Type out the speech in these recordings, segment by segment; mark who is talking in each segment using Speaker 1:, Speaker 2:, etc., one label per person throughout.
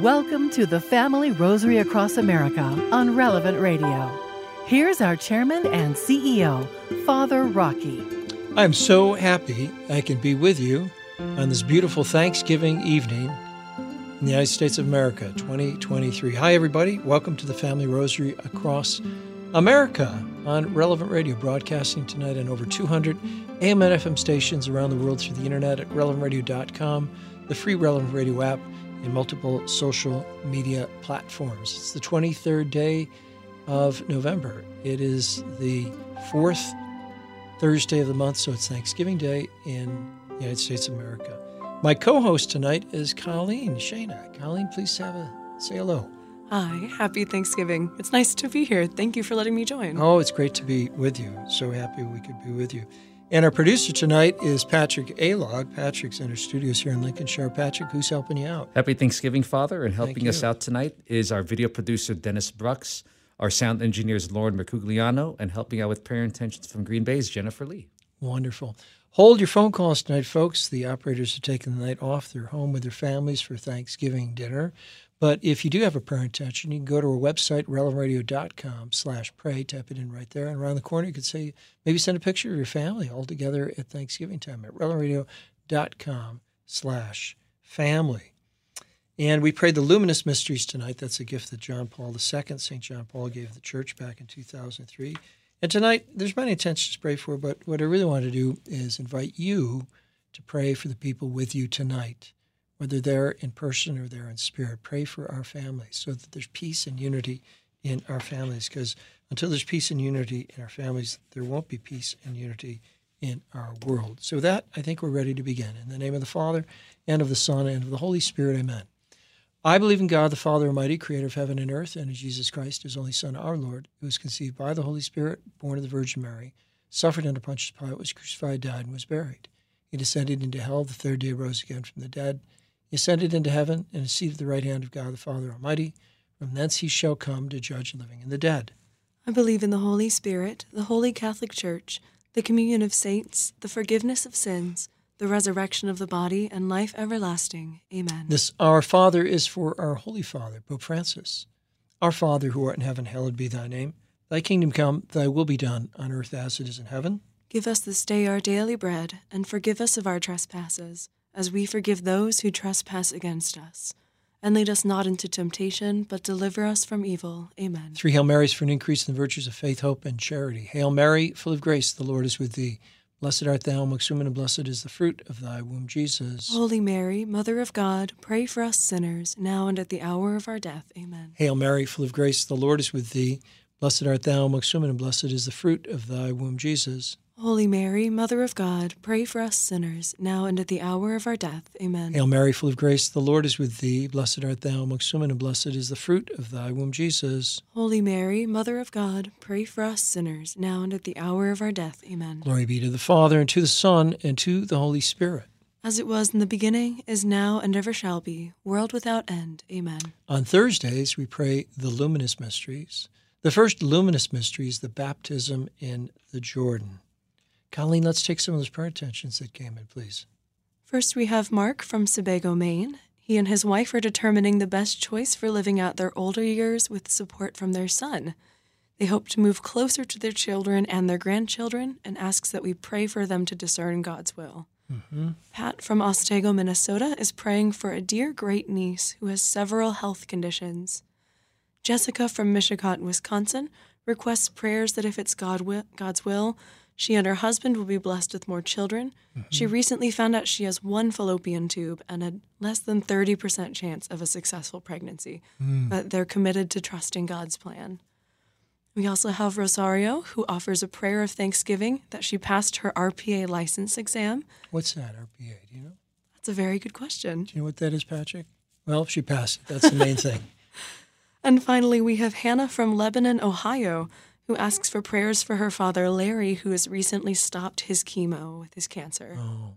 Speaker 1: Welcome to the Family Rosary Across America on Relevant Radio. Here's our chairman and CEO, Father Rocky.
Speaker 2: I'm so happy I can be with you on this beautiful Thanksgiving evening in the United States of America 2023. Hi, everybody. Welcome to the Family Rosary Across America on Relevant Radio, broadcasting tonight on over 200 AM and FM stations around the world through the internet at relevantradio.com, the free Relevant Radio app, and multiple social media platforms. It's the 23rd day of November. It is the fourth Thursday of the month, so it's Thanksgiving Day in the United States of America. My co host tonight is Colleen Shana. Colleen, please have a say hello.
Speaker 3: Hi, happy Thanksgiving. It's nice to be here. Thank you for letting me join.
Speaker 2: Oh, it's great to be with you. So happy we could be with you. And our producer tonight is Patrick Alog. Patrick's in our studios here in Lincolnshire. Patrick, who's helping you out?
Speaker 4: Happy Thanksgiving, Father. And helping
Speaker 2: you.
Speaker 4: us out tonight is our video producer, Dennis Brooks, our sound engineers, Lauren Mercugliano, and helping out with prayer intentions from Green Bay's Jennifer Lee.
Speaker 2: Wonderful. Hold your phone calls tonight, folks. The operators are taking the night off. They're home with their families for Thanksgiving dinner. But if you do have a prayer intention, you can go to our website, relevantradio.com slash pray. Tap it in right there. And around the corner, you could say, maybe send a picture of your family all together at Thanksgiving time at relevantradio.com slash family. And we prayed the luminous mysteries tonight. That's a gift that John Paul II, St. John Paul, gave the church back in 2003. And tonight, there's many intentions to pray for, but what I really want to do is invite you to pray for the people with you tonight, whether they're in person or they're in spirit. Pray for our families so that there's peace and unity in our families, because until there's peace and unity in our families, there won't be peace and unity in our world. So, with that, I think we're ready to begin. In the name of the Father, and of the Son, and of the Holy Spirit, amen. I believe in God, the Father Almighty, creator of heaven and earth, and in Jesus Christ, his only Son, our Lord, who was conceived by the Holy Spirit, born of the Virgin Mary, suffered under Pontius Pilate, was crucified, died, and was buried. He descended into hell. The third day rose again from the dead. He ascended into heaven and is seated at the right hand of God, the Father Almighty. From thence he shall come to judge the living and the dead.
Speaker 3: I believe in the Holy Spirit, the Holy Catholic Church, the communion of saints, the forgiveness of sins, the resurrection of the body, and life everlasting. Amen.
Speaker 2: This Our Father is for our Holy Father, Pope Francis. Our Father who art in heaven, hallowed be thy name. Thy kingdom come, thy will be done, on earth as it is in heaven.
Speaker 3: Give us this day our daily bread, and forgive us of our trespasses, as we forgive those who trespass against us. And lead us not into temptation, but deliver us from evil. Amen.
Speaker 2: Three Hail Marys for an increase in the virtues of faith, hope, and charity. Hail Mary, full of grace, the Lord is with thee. Blessed art thou amongst women, and blessed is the fruit of thy womb, Jesus.
Speaker 3: Holy Mary, Mother of God, pray for us sinners, now and at the hour of our death. Amen.
Speaker 2: Hail Mary, full of grace, the Lord is with thee. Blessed art thou amongst women, and blessed is the fruit of thy womb, Jesus.
Speaker 3: Holy Mary, Mother of God, pray for us sinners, now and at the hour of our death. Amen.
Speaker 2: Hail Mary, full of grace, the Lord is with thee. Blessed art thou amongst women, and blessed is the fruit of thy womb, Jesus.
Speaker 3: Holy Mary, Mother of God, pray for us sinners, now and at the hour of our death. Amen.
Speaker 2: Glory be to the Father, and to the Son, and to the Holy Spirit.
Speaker 3: As it was in the beginning, is now, and ever shall be, world without end. Amen.
Speaker 2: On Thursdays, we pray the luminous mysteries. The first luminous mystery is the baptism in the Jordan. Colleen, let's take some of those prayer intentions that came in, please.
Speaker 3: First, we have Mark from Sebago, Maine. He and his wife are determining the best choice for living out their older years with support from their son. They hope to move closer to their children and their grandchildren and asks that we pray for them to discern God's will. Pat from Otsego, Minnesota is praying for a dear great niece who has several health conditions. Jessica from Michicot, Wisconsin requests prayers that if it's God will, God's will, she and her husband will be blessed with more children. She recently found out she has one fallopian tube and a less than 30% chance of a successful pregnancy, but they're committed to trusting God's plan. We also have Rosario, who offers a prayer of thanksgiving that she passed her RPA license exam.
Speaker 2: What's that, RPA? Do you know?
Speaker 3: That's a very good question.
Speaker 2: Do you know what that is, Patrick? Well, she passed it. That's the main thing.
Speaker 3: And finally, we have Hannah from Lebanon, Ohio, who asks for prayers for her father, Larry, who has recently stopped his chemo with his cancer.
Speaker 2: Oh.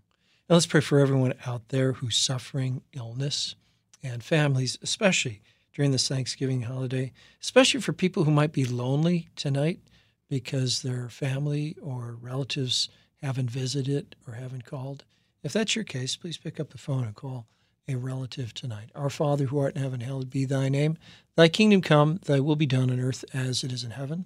Speaker 2: Now let's pray for everyone out there who's suffering illness and families, especially during this Thanksgiving holiday, especially for people who might be lonely tonight because their family or relatives haven't visited or haven't called. If that's your case, please pick up the phone and call a relative tonight. Our Father who art in heaven, hallowed be thy name. Thy kingdom come, thy will be done on earth as it is in heaven.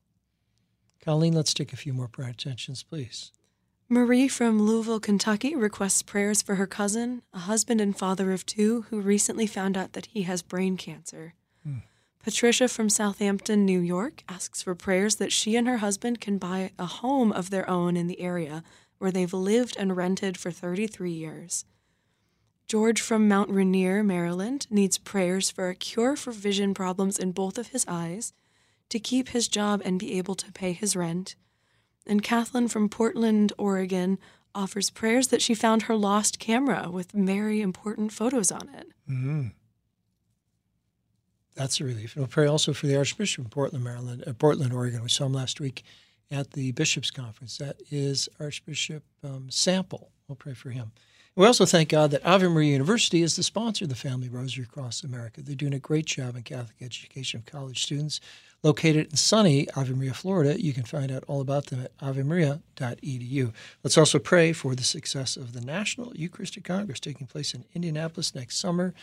Speaker 2: Colleen, let's take a few more prayer intentions, please.
Speaker 3: Marie from Louisville, Kentucky requests prayers for her cousin, a husband and father of two, who recently found out that he has brain cancer. Patricia from Southampton, New York asks for prayers that she and her husband can buy a home of their own in the area where they've lived and rented for 33 years. George from Mount Rainier, Maryland needs prayers for a cure for vision problems in both of his eyes, to keep his job and be able to pay his rent and Kathleen from Portland, Oregon, offers prayers that she found her lost camera with very important photos on it.
Speaker 2: That's a relief. And we'll pray also for the Archbishop of Portland, Maryland, uh, Portland, Oregon. We saw him last week at the Bishops' Conference. That is Archbishop um, Sample. We'll pray for him. We also thank God that Ave Maria University is the sponsor of the Family Rosary across America. They're doing a great job in Catholic education of college students. Located in sunny Ave Maria, Florida, you can find out all about them at avemaria.edu. Let's also pray for the success of the National Eucharistic Congress taking place in Indianapolis next summer.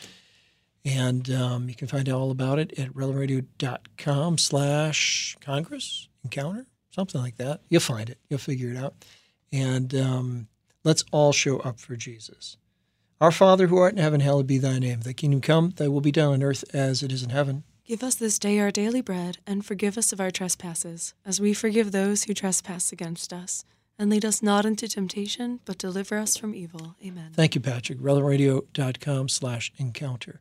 Speaker 2: And um, you can find out all about it at relevantradio.com slash Congress Encounter, something like that. You'll find it. You'll figure it out. And um, let's all show up for Jesus. Our Father who art in heaven, hallowed be thy name. Thy kingdom come, thy will be done on earth as it is in heaven.
Speaker 3: Give us this day our daily bread, and forgive us of our trespasses, as we forgive those who trespass against us. And lead us not into temptation, but deliver us from evil. Amen.
Speaker 2: Thank you, Patrick. Relevantradio.com slash encounter.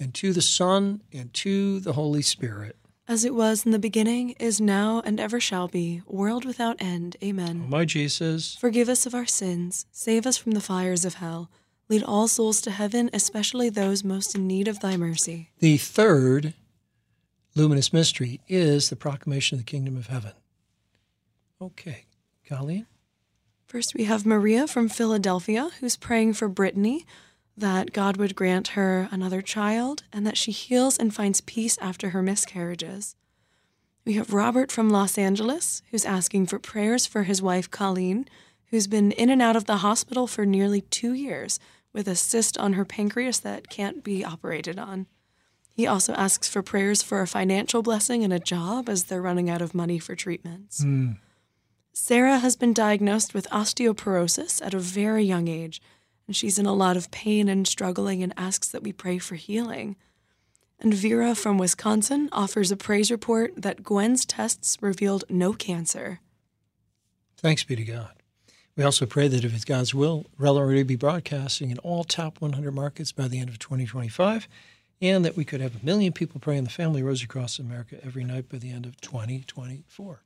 Speaker 2: and to the Son, and to the Holy Spirit.
Speaker 3: As it was in the beginning, is now, and ever shall be, world without end.
Speaker 2: O
Speaker 3: Amen.
Speaker 2: Oh, my Jesus,
Speaker 3: Forgive us of our sins, save us from the fires of hell, lead all souls to heaven, especially those most in need of thy mercy.
Speaker 2: the third luminous mystery is the proclamation of the kingdom of heaven. Okay, Colleen.
Speaker 3: First, we have Maria from Philadelphia, who's praying for Brittany that God would grant her another child and that she heals and finds peace after her miscarriages. We have Robert from Los Angeles, who's asking for prayers for his wife, Colleen, who's been in and out of the hospital for nearly two years with a cyst on her pancreas that can't be operated on. He also asks for prayers for a financial blessing and a job as they're running out of money for treatments. Sarah has been diagnosed with osteoporosis at a very young age, and she's in a lot of pain and struggling and asks that we pray for healing. And Vera from Wisconsin offers a praise report that Gwen's tests revealed no cancer.
Speaker 2: Thanks be to God. We also pray that if it's God's will, Relevant Radio be broadcasting in all top 100 markets by the end of 2025, and that we could have a million people praying the Family Rosary across America every night by the end of 2024.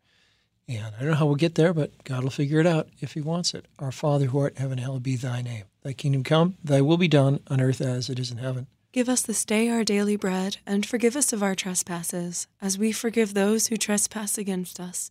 Speaker 2: And I don't know how we'll get there, but God will figure it out if He wants it. Our Father who art in heaven, hallowed be Thy name. Thy kingdom come, Thy will be done on earth as it is in heaven.
Speaker 3: Give us this day our daily bread, and forgive us of our trespasses, as we forgive those who trespass against us.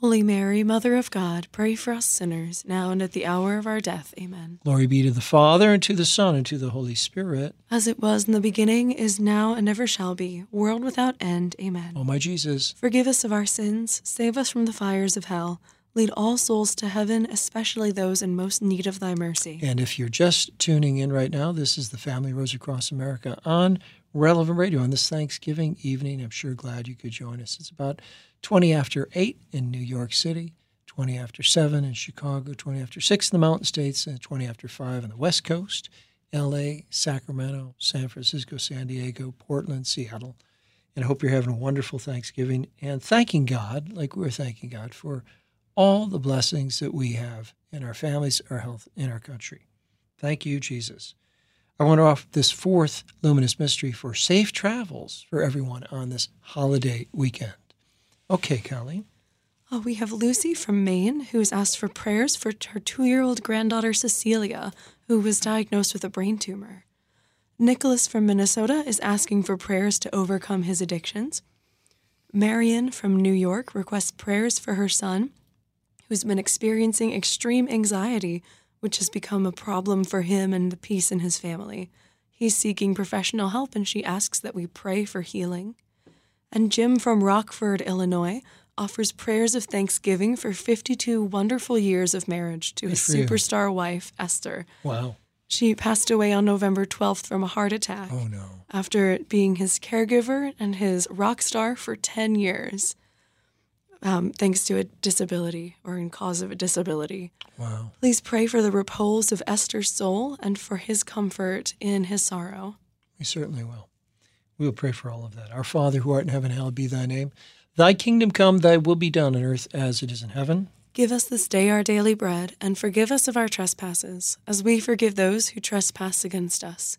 Speaker 3: Holy Mary, Mother of God, pray for us sinners, now and at the hour of our death. Amen.
Speaker 2: Glory be to the Father, and to the Son, and to the Holy Spirit.
Speaker 3: As it was in the beginning, is now, and ever shall be, world without end. Amen.
Speaker 2: O my Jesus,
Speaker 3: Forgive us of our sins, save us from the fires of hell, lead all souls to heaven, especially those in most need of thy mercy.
Speaker 2: and if you're just tuning in right now, this is the Family Rose Across America on Relevant Radio on this Thanksgiving evening. I'm sure glad you could join us. It's about 20 after 8 in New York City, 20 after 7 in Chicago, 20 after 6 in the Mountain States, and 20 after 5 on the West Coast, LA, Sacramento, San Francisco, San Diego, Portland, Seattle. And I hope you're having a wonderful Thanksgiving and thanking God, like we're thanking God, for all the blessings that we have in our families, our health, and our country. Thank you, Jesus. I want to offer this fourth luminous mystery for safe travels for everyone on this holiday weekend. Okay, Colleen.
Speaker 3: Oh, we have Lucy from Maine who has asked for prayers for her two year old granddaughter Cecilia, who was diagnosed with a brain tumor. Nicholas from Minnesota is asking for prayers to overcome his addictions. Marion from New York requests prayers for her son, who's been experiencing extreme anxiety, which has become a problem for him and the peace in his family. He's seeking professional help, and she asks that we pray for healing. And Jim from Rockford, Illinois, offers prayers of thanksgiving for 52 wonderful years of marriage to
Speaker 2: Good
Speaker 3: his
Speaker 2: for you.
Speaker 3: superstar wife, Esther.
Speaker 2: Wow.
Speaker 3: She passed away on November 12th from a heart attack
Speaker 2: Oh, no.
Speaker 3: after being his caregiver and his rock star for 10 years, um, thanks to a disability or in cause of a disability.
Speaker 2: Wow.
Speaker 3: Please pray for the repose of Esther's soul and for his comfort in his sorrow.
Speaker 2: We certainly will. We'll pray for all of that. Our Father who art in heaven, hallowed be thy name. Thy kingdom come, thy will be done on earth as it is in heaven.
Speaker 3: Give us this day our daily bread, and forgive us of our trespasses, as we forgive those who trespass against us.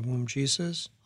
Speaker 2: womb, Jesus.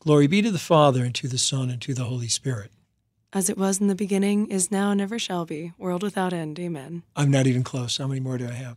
Speaker 2: Glory be to the Father, and to the Son, and to the Holy Spirit.
Speaker 3: As it was in the beginning, is now, and ever shall be, world without end. Amen.
Speaker 2: I'm not even close. How many more do I have?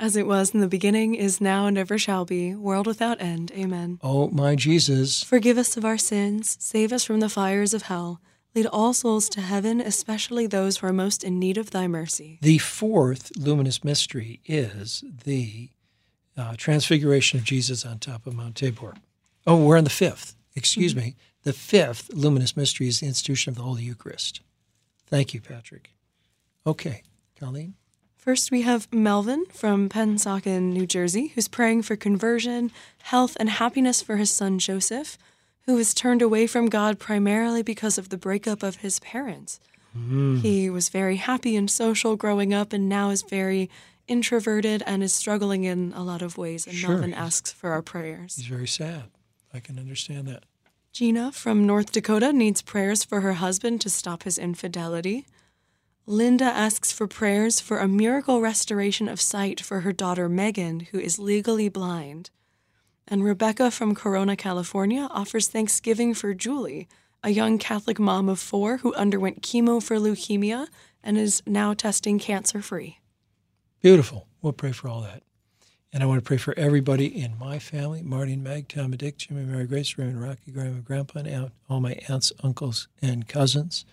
Speaker 3: As it was in the beginning, is now, and ever shall be, world without end. Amen.
Speaker 2: Oh, my Jesus,
Speaker 3: Forgive us of our sins, save us from the fires of hell, lead all souls to heaven, especially those who are most in need of thy mercy.
Speaker 2: the fourth luminous mystery is the uh, transfiguration of Jesus on top of Mount Tabor. Oh, we're on the fifth. Excuse me. The fifth luminous mystery is the institution of the Holy Eucharist. Thank you, Patrick. Okay, Colleen.
Speaker 3: First, we have Melvin from Pennsauken, New Jersey, who's praying for conversion, health, and happiness for his son Joseph, who was turned away from God primarily because of the breakup of his parents. He was very happy and social growing up and now is very introverted and is struggling in a lot of ways. And
Speaker 2: Sure,
Speaker 3: Melvin
Speaker 2: he's-
Speaker 3: asks for our prayers.
Speaker 2: He's very sad. I can understand that.
Speaker 3: Gina from North Dakota needs prayers for her husband to stop his infidelity. Linda asks for prayers for a miracle restoration of sight for her daughter Megan, who is legally blind. And Rebecca from Corona, California offers thanksgiving for Julie, a young Catholic mom of four who underwent chemo for leukemia and is now testing cancer free.
Speaker 2: Beautiful. We'll pray for all that. And I want to pray for everybody in my family Marty and Meg, Tom and Dick, Jimmy, Mary Grace, Raymond, Rocky, Graham, and Grandpa, and aunt, all my aunts, uncles, and cousins,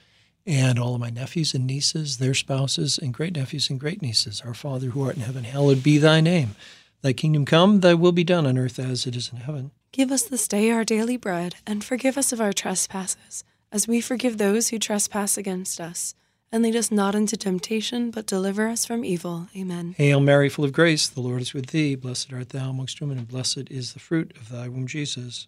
Speaker 2: and all of my nephews and nieces, their spouses, and great nephews and great nieces. Our Father who art in heaven, hallowed be thy name. Thy kingdom come, thy will be done on earth as it is in heaven.
Speaker 3: Give us this day our daily bread, and forgive us of our trespasses, as we forgive those who trespass against us. And lead us not into temptation, but deliver us from evil. Amen.
Speaker 2: Hail Mary, full of grace, the Lord is with thee. Blessed art thou amongst women, and blessed is the fruit of thy womb, Jesus.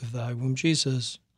Speaker 2: of thy womb, Jesus.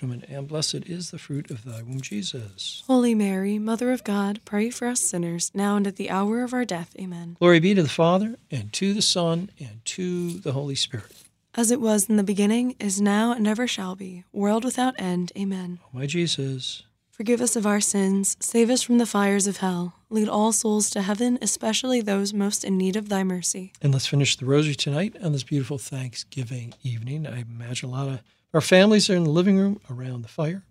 Speaker 2: women, and blessed is the fruit of thy womb, Jesus.
Speaker 3: Holy Mary, Mother of God, pray for us sinners, now and at the hour of our death. Amen.
Speaker 2: Glory be to the Father, and to the Son, and to the Holy Spirit.
Speaker 3: As it was in the beginning, is now, and ever shall be, world without end. Amen.
Speaker 2: O my Jesus,
Speaker 3: Forgive us of our sins, save us from the fires of hell, lead all souls to heaven, especially those most in need of thy mercy.
Speaker 2: and let's finish the rosary tonight on this beautiful Thanksgiving evening. I imagine a lot of our families are in the living room around the fire.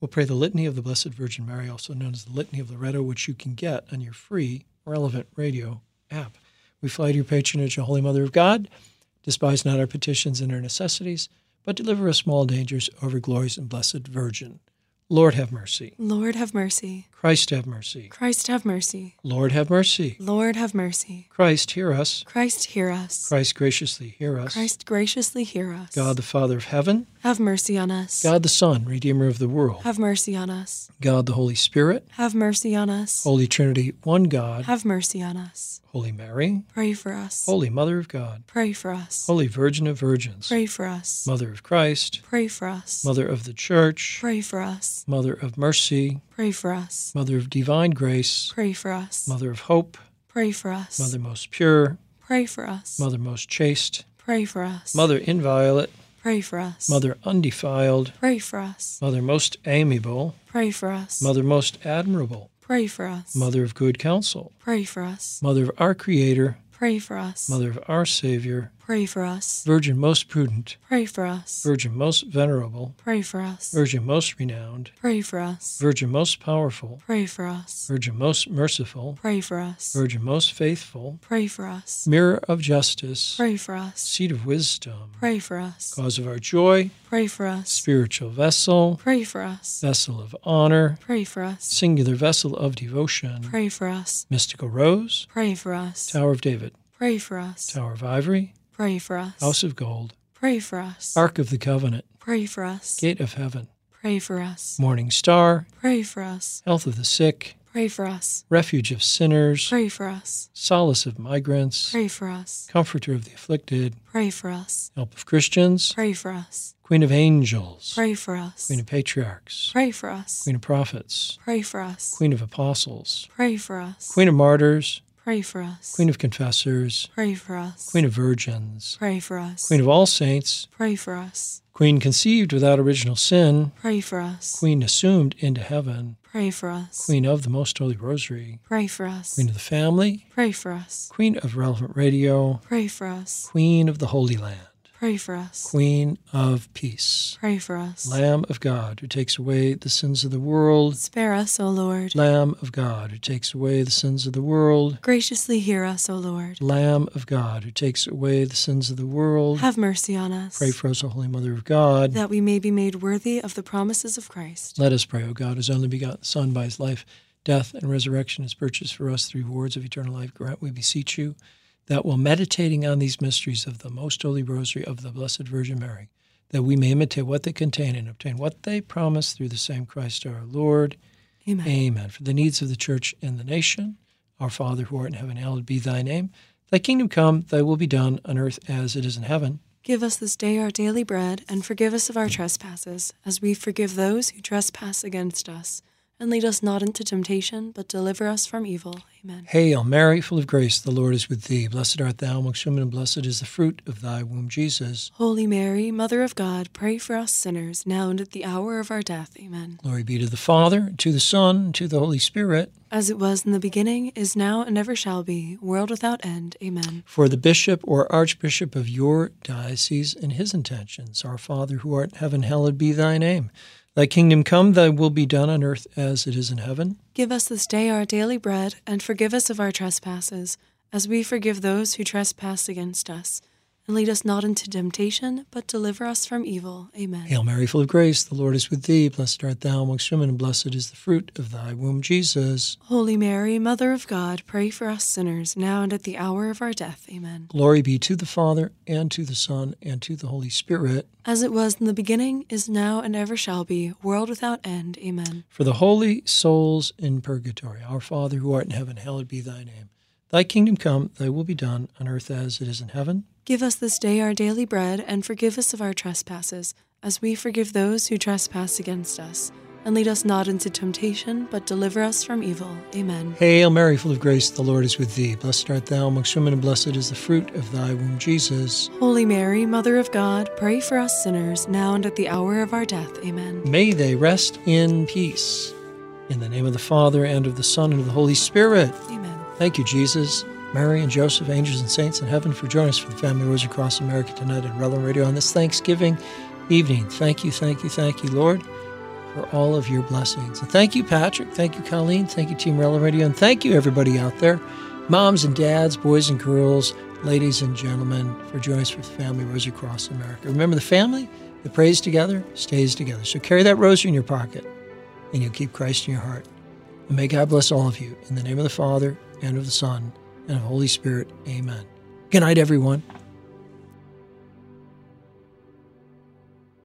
Speaker 2: We'll pray the Litany of the Blessed Virgin Mary, also known as the Litany of Loretto, which you can get on your free relevant radio app. We fly to your patronage, O Holy Mother of God. Despise not our petitions and our necessities, but deliver us from all dangers, over glorious and blessed Virgin. Lord have mercy.
Speaker 3: Lord have mercy.
Speaker 2: Christ have mercy.
Speaker 3: Christ have mercy.
Speaker 2: Lord have mercy.
Speaker 3: Lord have mercy.
Speaker 2: Christ hear us.
Speaker 3: Christ hear us.
Speaker 2: Christ graciously hear us.
Speaker 3: Christ graciously hear us.
Speaker 2: God the Father of heaven,
Speaker 3: have mercy on us.
Speaker 2: God the Son, Redeemer of the world,
Speaker 3: have mercy on us.
Speaker 2: God the Holy Spirit,
Speaker 3: Have mercy on us.
Speaker 2: Holy Trinity, one God,
Speaker 3: Have mercy on us.
Speaker 2: Holy Mary,
Speaker 3: Pray for us.
Speaker 2: Holy Mother of God,
Speaker 3: Pray for us.
Speaker 2: Holy Virgin of Virgins,
Speaker 3: Pray for us.
Speaker 2: Mother of Christ,
Speaker 3: Pray for us.
Speaker 2: Mother of the Church,
Speaker 3: Pray for us.
Speaker 2: Mother of Mercy,
Speaker 3: Pray for us.
Speaker 2: Mother of Divine Grace,
Speaker 3: Pray for us.
Speaker 2: Mother of Hope,
Speaker 3: Pray for us.
Speaker 2: Mother most pure,
Speaker 3: Pray for us.
Speaker 2: Mother most chaste,
Speaker 3: Pray for us.
Speaker 2: Mother inviolate,
Speaker 3: Pray for us.
Speaker 2: Mother undefiled,
Speaker 3: Pray for us.
Speaker 2: Mother most amiable,
Speaker 3: Pray for us.
Speaker 2: Mother most admirable,
Speaker 3: Pray for us.
Speaker 2: Mother of good counsel,
Speaker 3: Pray for us.
Speaker 2: Mother of our Creator,
Speaker 3: Pray for us.
Speaker 2: Mother of our Savior,
Speaker 3: Pray for us.
Speaker 2: Virgin most prudent,
Speaker 3: Pray for us.
Speaker 2: Virgin most venerable,
Speaker 3: Pray for us.
Speaker 2: Virgin most renowned,
Speaker 3: Pray for us.
Speaker 2: Virgin most powerful,
Speaker 3: Pray for us.
Speaker 2: Virgin most merciful,
Speaker 3: Pray for us.
Speaker 2: Virgin most faithful,
Speaker 3: Pray for us.
Speaker 2: Mirror of justice,
Speaker 3: Pray for us.
Speaker 2: Seat of wisdom,
Speaker 3: Pray for us.
Speaker 2: Cause of our joy,
Speaker 3: Pray for us.
Speaker 2: Spiritual vessel,
Speaker 3: Pray for us.
Speaker 2: Vessel of honor,
Speaker 3: Pray for us.
Speaker 2: Singular vessel of devotion,
Speaker 3: Pray for us.
Speaker 2: Mystical rose,
Speaker 3: Pray for us.
Speaker 2: Tower of David,
Speaker 3: Pray for us.
Speaker 2: Tower of Ivory,
Speaker 3: Pray for us.
Speaker 2: House of Gold,
Speaker 3: Pray for us.
Speaker 2: Ark of the Covenant,
Speaker 3: Pray for us.
Speaker 2: Gate of Heaven,
Speaker 3: Pray for us.
Speaker 2: Morning Star,
Speaker 3: Pray for us.
Speaker 2: Health of the Sick,
Speaker 3: Pray for us.
Speaker 2: Refuge of Sinners,
Speaker 3: Pray for us.
Speaker 2: Solace of Migrants,
Speaker 3: Pray for us.
Speaker 2: Comforter of the Afflicted,
Speaker 3: Pray for us.
Speaker 2: Help of Christians,
Speaker 3: Pray for us.
Speaker 2: Queen of Angels,
Speaker 3: Pray for us.
Speaker 2: Queen of Patriarchs,
Speaker 3: Pray for us.
Speaker 2: Queen of Prophets,
Speaker 3: Pray for us.
Speaker 2: Queen of Apostles,
Speaker 3: Pray for us.
Speaker 2: Queen of Martyrs,
Speaker 3: Pray for us.
Speaker 2: Queen of Confessors,
Speaker 3: Pray for us.
Speaker 2: Queen of Virgins,
Speaker 3: Pray for us.
Speaker 2: Queen of All Saints,
Speaker 3: Pray for us.
Speaker 2: Queen conceived without original sin,
Speaker 3: Pray for us.
Speaker 2: Queen assumed into heaven,
Speaker 3: Pray for us.
Speaker 2: Queen of the Most Holy Rosary,
Speaker 3: Pray for us.
Speaker 2: Queen of the Family,
Speaker 3: Pray for us.
Speaker 2: Queen of Relevant Radio,
Speaker 3: Pray for us.
Speaker 2: Queen of the Holy Land,
Speaker 3: Pray for us.
Speaker 2: Queen of Peace,
Speaker 3: Pray for us.
Speaker 2: Lamb of God who takes away the sins of the world,
Speaker 3: Spare us, O Lord.
Speaker 2: Lamb of God who takes away the sins of the world,
Speaker 3: Graciously hear us, O Lord.
Speaker 2: Lamb of God who takes away the sins of the world.
Speaker 3: Have mercy on us,
Speaker 2: Pray for us, O Holy Mother of God.
Speaker 3: that we may be made worthy of the promises of Christ.
Speaker 2: Let us pray, O God, whose only begotten Son, by his life, death, and resurrection, has purchased for us the rewards of eternal life. Grant, we beseech you, that while meditating on these mysteries of the most holy rosary of the Blessed Virgin Mary, that we may imitate what they contain and obtain what they promise through the same Christ our Lord.
Speaker 3: Amen.
Speaker 2: Amen. For the needs of the church and the nation, our Father who art in heaven, hallowed be thy name. Thy kingdom come, thy will be done on earth as it is in heaven.
Speaker 3: Give us this day our daily bread, and forgive us of our trespasses, as we forgive those who trespass against us. And lead us not into temptation, but deliver us from evil. Amen.
Speaker 2: Hail Mary, full of grace, the Lord is with thee. Blessed art thou amongst women, and blessed is the fruit of thy womb, Jesus.
Speaker 3: Holy Mary, Mother of God, pray for us sinners, now and at the hour of our death. Amen.
Speaker 2: Glory be to the Father, and to the Son, and to the Holy Spirit.
Speaker 3: As it was in the beginning, is now, and ever shall be, world without end. Amen.
Speaker 2: For the bishop or archbishop of your diocese and his intentions, our Father who art in heaven, hallowed be thy name. Thy kingdom come, thy will be done on earth as it is in heaven.
Speaker 3: Give us this day our daily bread, and forgive us of our trespasses, as we forgive those who trespass against us. And lead us not into temptation, but deliver us from evil. Amen.
Speaker 2: Hail Mary, full of grace, the Lord is with thee. Blessed art thou amongst women, and blessed is the fruit of thy womb, Jesus.
Speaker 3: Holy Mary, Mother of God, pray for us sinners, now and at the hour of our death. Amen.
Speaker 2: Glory be to the Father, and to the Son, and to the Holy Spirit.
Speaker 3: As it was in the beginning, is now, and ever shall be, world without end. Amen.
Speaker 2: For the holy souls in purgatory, our Father who art in heaven, hallowed be thy name. Thy kingdom come, thy will be done, on earth as it is in heaven.
Speaker 3: Give us this day our daily bread, and forgive us of our trespasses, as we forgive those who trespass against us. And lead us not into temptation, but deliver us from evil. Amen.
Speaker 2: Hail Mary, full of grace, the Lord is with thee. Blessed art thou amongst women, and blessed is the fruit of thy womb, Jesus.
Speaker 3: Holy Mary, Mother of God, pray for us sinners, now and at the hour of our death. Amen.
Speaker 2: May they rest in peace. In the name of the Father, and of the Son, and of the Holy Spirit.
Speaker 3: Amen.
Speaker 2: Thank you, Jesus, Mary, and Joseph, angels and saints in heaven, for joining us for the Family Rosary Across America tonight at Relevant Radio on this Thanksgiving evening. Thank you, thank you, thank you, Lord, for all of your blessings. And thank you, Patrick. Thank you, Colleen. Thank you, Team Relevant Radio. And thank you, everybody out there, moms and dads, boys and girls, ladies and gentlemen, for joining us for the Family Rosary Across America. Remember, the family that prays together stays together. So carry that rosary in your pocket, and you'll keep Christ in your heart. And may God bless all of you. In the name of the Father, and of the Son, and of the Holy Spirit. Amen. Good night, everyone.